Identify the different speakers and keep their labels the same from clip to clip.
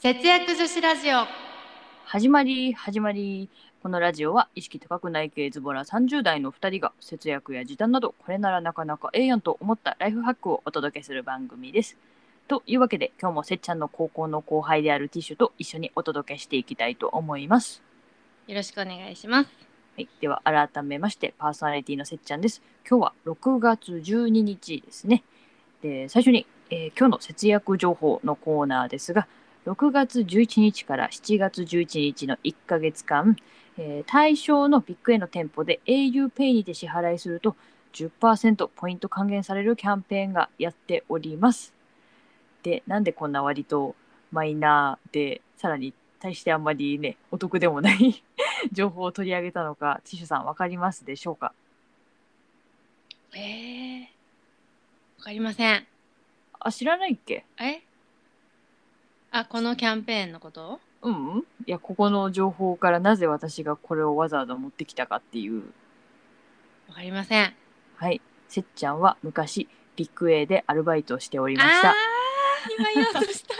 Speaker 1: 節約女子ラジオ
Speaker 2: 始まり始まりこのラジオは意識高くない系ズボラ30代の2人が節約や時短などこれならなかなかええやんと思ったライフハックをお届けする番組ですというわけで今日もせっちゃんの高校の後輩であるティッシュと一緒にお届けしていきたいと思います、
Speaker 1: よろしくお願いします
Speaker 2: はい、では改めましてパーソナリティのせっちゃんです今日は6月12日ですねで最初に、えー今日の節約情報のコーナーですが6月11日から7月11日の1ヶ月間、えー対象のビッグ A の店舗で auPay にて支払いすると10%ポイント還元されるキャンペーンがやっております。で、なんでこんな割とマイナーで、さらに対してあんまりね、お得でもない 情報を取り上げたのか、ティッシュさんわかりますでしょうか
Speaker 1: えー、わかりません
Speaker 2: あ、知らないっけ
Speaker 1: えあこのキャンペーンのこと
Speaker 2: うん、うん、いや、ここの情報からなぜ私がこれをわざわざ持ってきたかっていう
Speaker 1: わかりません
Speaker 2: はい、せっちゃんは昔陸営でアルバイトをしておりまし
Speaker 1: あ
Speaker 2: た。
Speaker 1: ー今言おうとした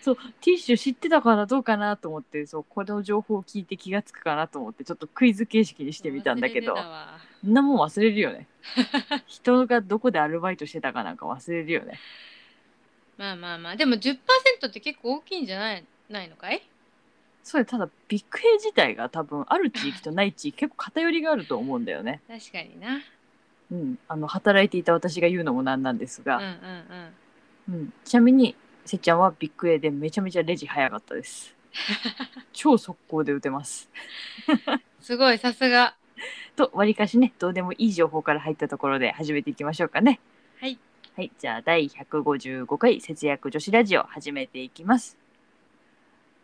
Speaker 2: そう、ティッシュ知ってたかなどうかなと思って、そうこの情報を聞いて気がつくかなと思って、ちょっとクイズ形式に してみたんだけど、
Speaker 1: 忘れてたわ
Speaker 2: そんなもん忘れるよ ね。人がどこでアルバイトしてたかなんか忘れるよね。
Speaker 1: まあまあまあでも10%って結構大きいんじゃないないのかい
Speaker 2: そうだただビッグ A 自体が多分ある地域とない地域結構偏りがあると思うんだよね。
Speaker 1: 確かにな
Speaker 2: うん、あの働いていた私が言うのもなんなんです
Speaker 1: うん
Speaker 2: が、
Speaker 1: うんうん
Speaker 2: うん、ちなみにせっちゃんはビッグ A でめちゃめちゃレジ早かった です。超速攻で打てます。
Speaker 1: すごいさすが
Speaker 2: と、わりかしね、どうでもいい情報から入ったところで始めていきましょうかね。
Speaker 1: はい。
Speaker 2: はい、じゃあ第155回節約女子ラジオ始めていきます。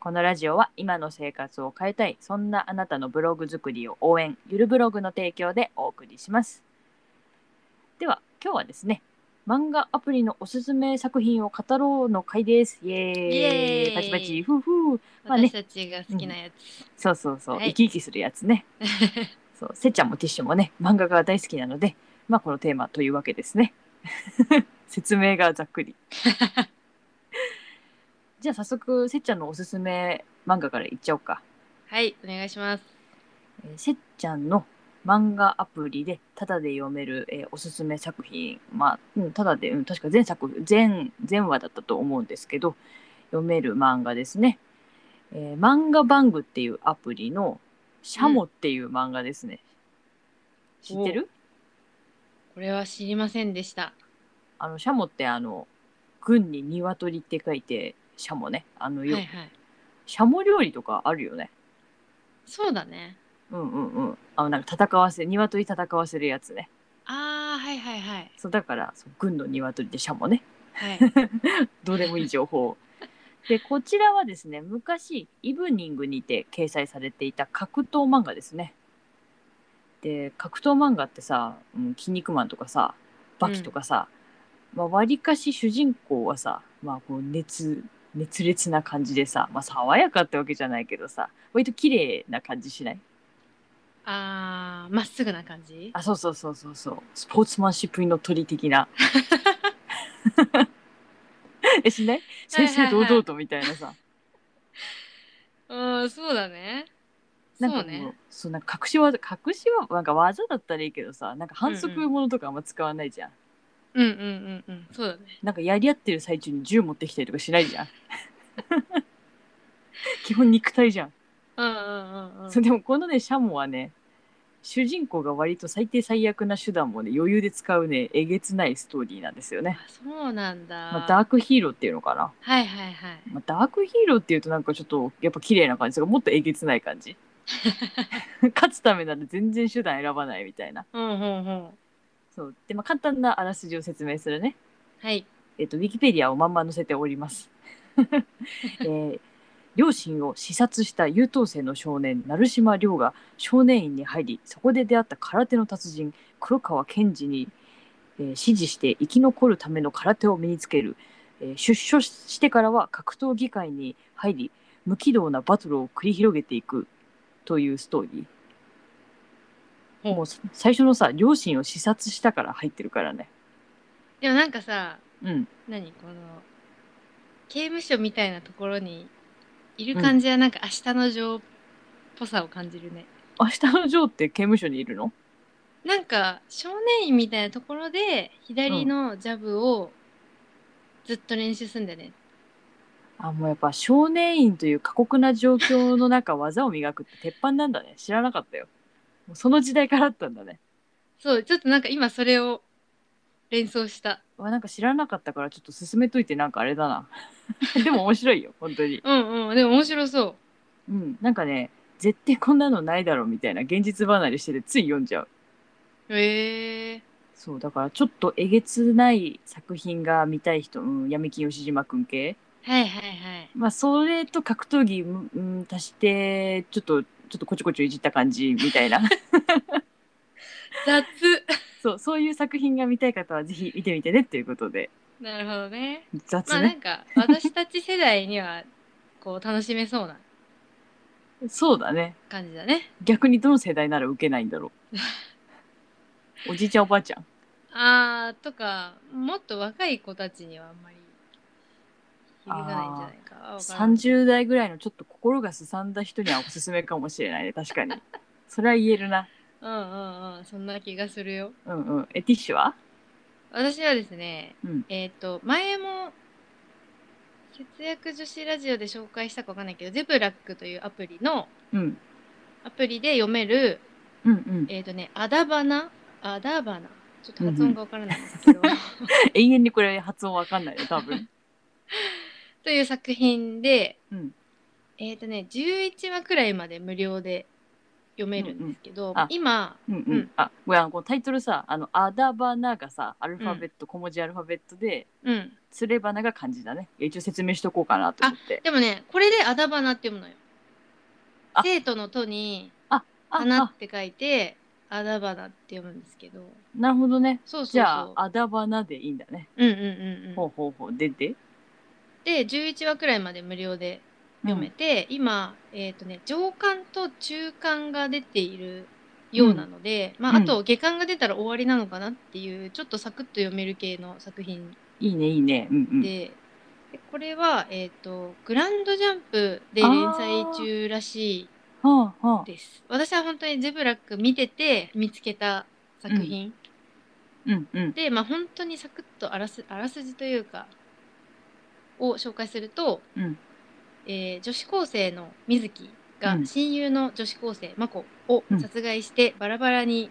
Speaker 2: このラジオは今の生活を変えたい、そんなあなたのブログ作りを応援、ゆるブログの提供でお送りします。では、今日はですね、漫画アプリのおすすめ作品を語ろうの回です。イエーイ
Speaker 1: イエーイ
Speaker 2: パチパチ、フーフー。まあね
Speaker 1: 私たちが好きなやつ、
Speaker 2: そうそうそう、
Speaker 1: はい
Speaker 2: 生き生きするやつね。 そう、せっちゃんもティッシュもね、漫画が大好きなので、まあこのテーマというわけですね。 説明がざっ くり。じゃあ早速、せっちゃんのおすすめ漫画からいっちゃおうか。
Speaker 1: はいお願いします
Speaker 2: えーせっちゃんの漫画アプリでタダで読める、えーおすすめ作品、まあ、うん、タダで、うん、確か全作、全、全話だったと思うんですけど、読める漫画ですね。えー漫画バングっていうアプリのシャモっていう漫画ですね。知ってる
Speaker 1: これは知りませんでした
Speaker 2: あのシャモってあの軍に鶏って書いてシャモねあの
Speaker 1: はい
Speaker 2: よ、
Speaker 1: はい
Speaker 2: シャモ料理とかあるよね
Speaker 1: そうだね
Speaker 2: うんうんうんあのなんか戦わせ鶏戦わせるやつね
Speaker 1: ああはいはいはい
Speaker 2: そうだからそう軍の鶏でシャモね
Speaker 1: はい
Speaker 2: どうでもいい情 報でこちらはですね昔イブニングにて掲載されていた格闘漫画ですねで格闘漫画ってさ「うん、筋肉マン」とかさ「バキ」とかさ、まあ、割かし主人公はさ、まあ、こう熱熱烈な感じでさ、まあ、爽やかってわけじゃないけどさ割と綺麗な感じしない
Speaker 1: あーまっすぐな感じ
Speaker 2: あそうそうそうそうそうスポーツマンシップにのっとり的 なえしない正々堂々とみたいなさ
Speaker 1: うんそうだね
Speaker 2: なんか
Speaker 1: そう
Speaker 2: もう
Speaker 1: ね
Speaker 2: そうなんか隠し技隠しはなんか技だったらいいけどさなんか反則ものとかあんま使わないじゃん、
Speaker 1: うんうんうんうんそうだね
Speaker 2: なんかやり合ってる最中に銃持ってきたりとかしないじゃん 基本肉体じゃん、
Speaker 1: うんうんうんうん
Speaker 2: そうでもこのねシャモはね主人公が割と最低最悪な手段もね余裕で使うねえげつないストーリーなんですよね、
Speaker 1: あそうなんだ、
Speaker 2: まあ、ダークヒーローっていうのかな、
Speaker 1: はいはいはい
Speaker 2: まあ、ダークヒーローっていうとなんかちょっとやっぱ綺麗な感じとかもっとえげつない 感じ勝つためなら全然手段選ばないみたいな
Speaker 1: うんうんうん
Speaker 2: そうでまあ、簡単なあらすじを説明するね、
Speaker 1: はい
Speaker 2: えっとウィキペディアをまんま載せており ます、えー両親を視察した優等生の少年成島亮が少年院に入りそこで出会った空手の達人黒川賢治に、えー、指示して生き残るための空手を身につける、えー出所してからは格闘技界に入り無軌道なバトルを繰り広げていくというストーリー
Speaker 1: うん
Speaker 2: もう最初のさ両親を視察したから入ってるからね
Speaker 1: でもなんかさ
Speaker 2: うん
Speaker 1: 何この刑務所みたいなところにいる感じはなんか明日の女王っぽさを感じるね。
Speaker 2: 明日のジョーって刑務所にいるの
Speaker 1: なんか少年院みたいなところで左のジャブをずっと練習すんだよね。
Speaker 2: あもうやっぱ少年院という過酷な状況の中技を磨くって鉄板なんだね知らなかったよもうその時代からあったんだね
Speaker 1: そうちょっとなんか今それを連想した。
Speaker 2: わなんか知らなかったからちょっと進めといてなんかあれだ なでも面白いよ本当に
Speaker 1: うんうんでも面白そう。
Speaker 2: うんなんかね絶対こんなのないだろうみたいな現実離れしててつい読んじゃう
Speaker 1: へえ
Speaker 2: そうだからちょっとえげつない作品が見たい人、うん、闇金吉島くん系
Speaker 1: はいはいはい。
Speaker 2: まあそれと格闘技、うん、足してちょっとちょっとこちょこちょいじった感じみたいな
Speaker 1: 雑
Speaker 2: そうそういう作品が見たい方はぜひ見てみてねっていうことで
Speaker 1: なるほどね。ま
Speaker 2: 雑
Speaker 1: あな
Speaker 2: ね、
Speaker 1: んか私たち世代にはこう楽しめそうな
Speaker 2: そうだね
Speaker 1: 感じだね。
Speaker 2: 逆にどの世代なら受けないんだろ うおじいちゃんおばあちゃん
Speaker 1: あーとかもっと若い子たちにはあんまり響かないんじゃないかわからん
Speaker 2: 30代ぐらいのちょっと心がすさんだ人にはおすすめかもしれないね確かにそれは言えるな
Speaker 1: うんうんうんそんな気がするよ
Speaker 2: うんうんえティッシュは
Speaker 1: 私はですね、
Speaker 2: うん
Speaker 1: えっ、と前も節約女子ラジオで紹介したかわかんないけどゼブラックというアプリの
Speaker 2: うん
Speaker 1: アプリで読める
Speaker 2: うんうん
Speaker 1: えっ、とねアダバナアダバナちょっと発音がわからないんですけど、
Speaker 2: 永遠にこれ発音わかんないよ多分
Speaker 1: という作品で、
Speaker 2: うん
Speaker 1: えっ、とね11話くらいまで無料で読めるんですけど、
Speaker 2: んあ
Speaker 1: 今
Speaker 2: うんうん、
Speaker 1: うん
Speaker 2: あごめんあのこのタイトルさ「あのアダバナ」がさアルファベット、小文字アルファベットで
Speaker 1: うん
Speaker 2: 「つれ花」が漢字だねいや一応説明しとこうかなと思って
Speaker 1: でもねこれでアダバナって読むのよ
Speaker 2: あ
Speaker 1: 生徒の「と」に「
Speaker 2: あ
Speaker 1: 花」
Speaker 2: あ
Speaker 1: って書いてアダバナって読むんですけど
Speaker 2: なるほどね
Speaker 1: そうそうそう
Speaker 2: じゃあ「アダバナ」でいいんだね
Speaker 1: うんうんうんう
Speaker 2: ほ
Speaker 1: ん
Speaker 2: うほうほうでで
Speaker 1: で11話くらいまで無料で読めて、今えっ、とね上巻と中巻が出ているようなので、まあ、
Speaker 2: うん
Speaker 1: あと下巻が出たら終わりなのかなっていうちょっとサクッと読める系の作品
Speaker 2: いいねいいねうんうん
Speaker 1: で,、でこれは、えっとグランドジャンプで連載中らしい
Speaker 2: はあはあ
Speaker 1: です私は本当にゼブラック見てて見つけた作品、
Speaker 2: うんうん
Speaker 1: でまあ本当にサクッとあらすあらすじというかを紹介すると、
Speaker 2: うん
Speaker 1: えー女子高生の水木が
Speaker 2: うん
Speaker 1: 親友の女子高生真子を
Speaker 2: うん
Speaker 1: 殺害してバラバラ に、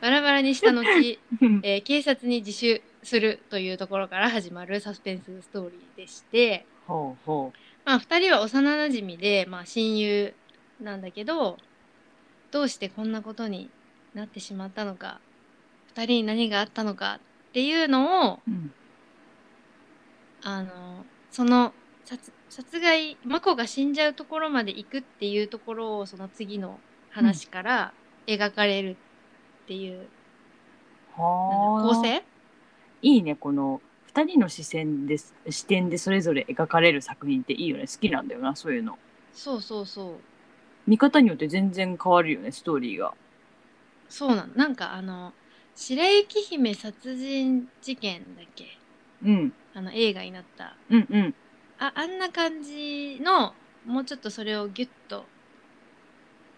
Speaker 1: バラバラにした後、
Speaker 2: うん
Speaker 1: えー警察に自首するというところから始まるサスペンスストーリーでして、
Speaker 2: ほうほ
Speaker 1: まあ、2人は幼なじみで、まあ、親友なんだけどどうしてこんなことになってしまったのか2人に何があったのかっていうのを
Speaker 2: う、うん、
Speaker 1: あのその殺殺害真子が死んじゃうところまで行くっていうところをその次の話から描かれるっていう、なんだろ
Speaker 2: は
Speaker 1: う構成
Speaker 2: いいねこの2人の視線です視点でそれぞれ描かれる作品っていいよね好きなんだよなそういうの
Speaker 1: そうそうそう
Speaker 2: 見方によって全然変わるよねストーリーが
Speaker 1: そうなのなんかあの白雪姫殺人事件だっけ
Speaker 2: うん
Speaker 1: あの映画になった
Speaker 2: うんうん
Speaker 1: ああんな感じのもうちょっとそれをギュッと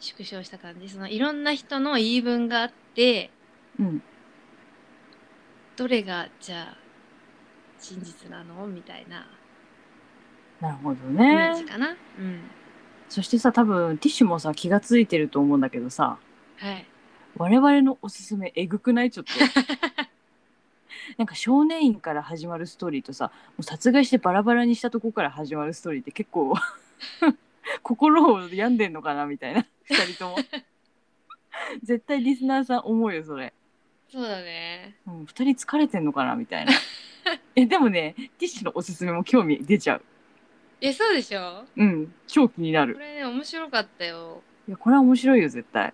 Speaker 1: 縮小した感じそのいろんな人の言い分があって
Speaker 2: うん
Speaker 1: どれがじゃあ真実なのみたいな
Speaker 2: なるほど
Speaker 1: イメージ
Speaker 2: ね
Speaker 1: かな、うん
Speaker 2: そしてさ多分ティッシュもさ気がついてると思うんだけどさ
Speaker 1: はい
Speaker 2: 我々のおすすめえぐくないちょっと なんか少年院から始まるストーリーとさもう殺害してバラバラにしたとこから始まるストーリーって結構 心を病んでんのかなみたいな2人とも 絶対リスナーさん思うよそれ、
Speaker 1: そうだね
Speaker 2: うん、2人疲れてんのかなみたいなえでもねティッシュのおすすめも興味出ちゃう
Speaker 1: えそうでしょ
Speaker 2: うん超気にな
Speaker 1: こ
Speaker 2: る
Speaker 1: れね面白かったよ
Speaker 2: いやこれは面白いよ絶対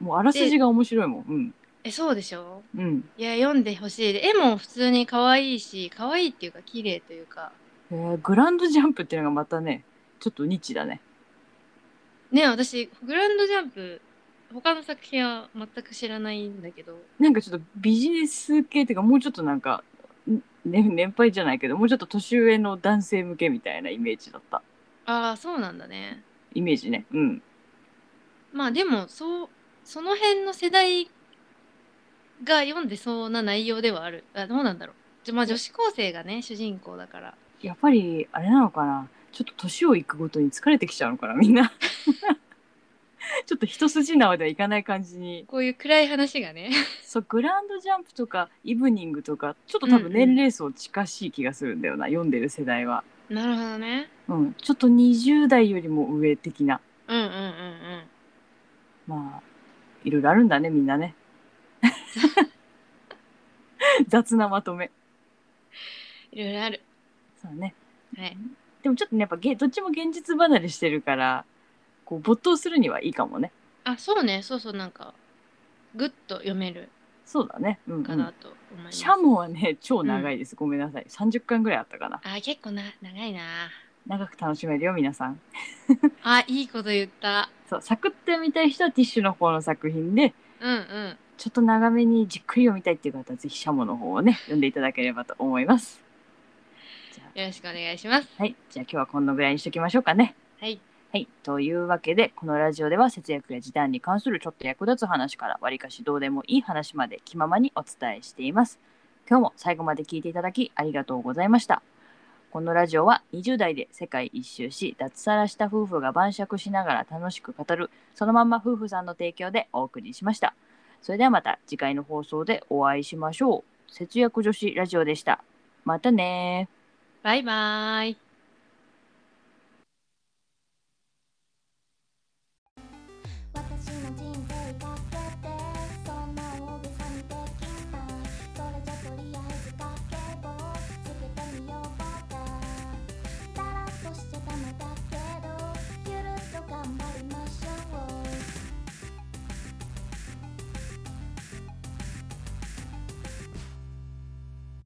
Speaker 2: もうあらすじが面白いもん
Speaker 1: えそうでしょ
Speaker 2: うんうん
Speaker 1: いや読んでほしいで絵も普通に可愛いし可愛いっていうか綺麗というか
Speaker 2: えーグランドジャンプっていうのがまたねちょっとニッチだね
Speaker 1: ね私グランドジャンプ他の作品は全く知らないんだけど
Speaker 2: なんかちょっとビジネス系っていうかもうちょっとなんかね、年配じゃないけどもうちょっと年上の男性向けみたいなイメージだった
Speaker 1: ああそうなんだね
Speaker 2: イメージねうん
Speaker 1: まあでもそうその辺の世代が読んでそうな内容ではあるあどうなんだろうじゃまあ女子高生がね主人公だから
Speaker 2: やっぱりあれなのかなちょっと年をいくごとに疲れてきちゃうのかなみんな ちょっと一筋縄ではいかない感じに
Speaker 1: こういう暗い話がね
Speaker 2: そうグランドジャンプとかイブニングとかちょっと多
Speaker 1: うんう
Speaker 2: 分
Speaker 1: ん
Speaker 2: 年齢層近しい気がするんだよな、読んでる世代は、
Speaker 1: なるほどね
Speaker 2: うん、ちょっと20代よりも上的な
Speaker 1: うんうんうんうん
Speaker 2: まあいろいろあるんだねみんなね 雑なまとめ
Speaker 1: いろいろある
Speaker 2: そうね
Speaker 1: はい
Speaker 2: でもちょっとねやっぱげどっちも現実離れしてるからこう没頭するにはいいかもね
Speaker 1: あそうねそうそうなんかグッと読める
Speaker 2: そうだねうん、う、
Speaker 1: かなんと思います、
Speaker 2: シャモはね超長いです、ごめんなさい30巻ぐらいあったかな
Speaker 1: あー結構な長いな
Speaker 2: 長く楽しめるよ皆さん
Speaker 1: あいいこと言った
Speaker 2: そうサクッと読みたい人はティッシュの方の作品で
Speaker 1: うんうん
Speaker 2: ちょっと長めにじっくり読みたいっていう方はぜひシャモの方をね読んでいただければと思いますじゃあ
Speaker 1: よろしくお願いします
Speaker 2: はい、じゃあ今日はこのぐらいにしときましょうかね。
Speaker 1: はい
Speaker 2: はい、というわけでこのラジオでは節約や時短に関するちょっと役立つ話からわりかしどうでもいい話まで気ままにお伝えしています。今日も最後まで聞いていただきありがとうございました。このラジオは20代で世界一周し脱サラした夫婦が晩酌しながら楽しく語るそのまんま夫婦さんの提供でお送りしました。それではまた次回の放送でお会いしましょう。節約女子ラジオでした。またねー。
Speaker 1: バイバーイ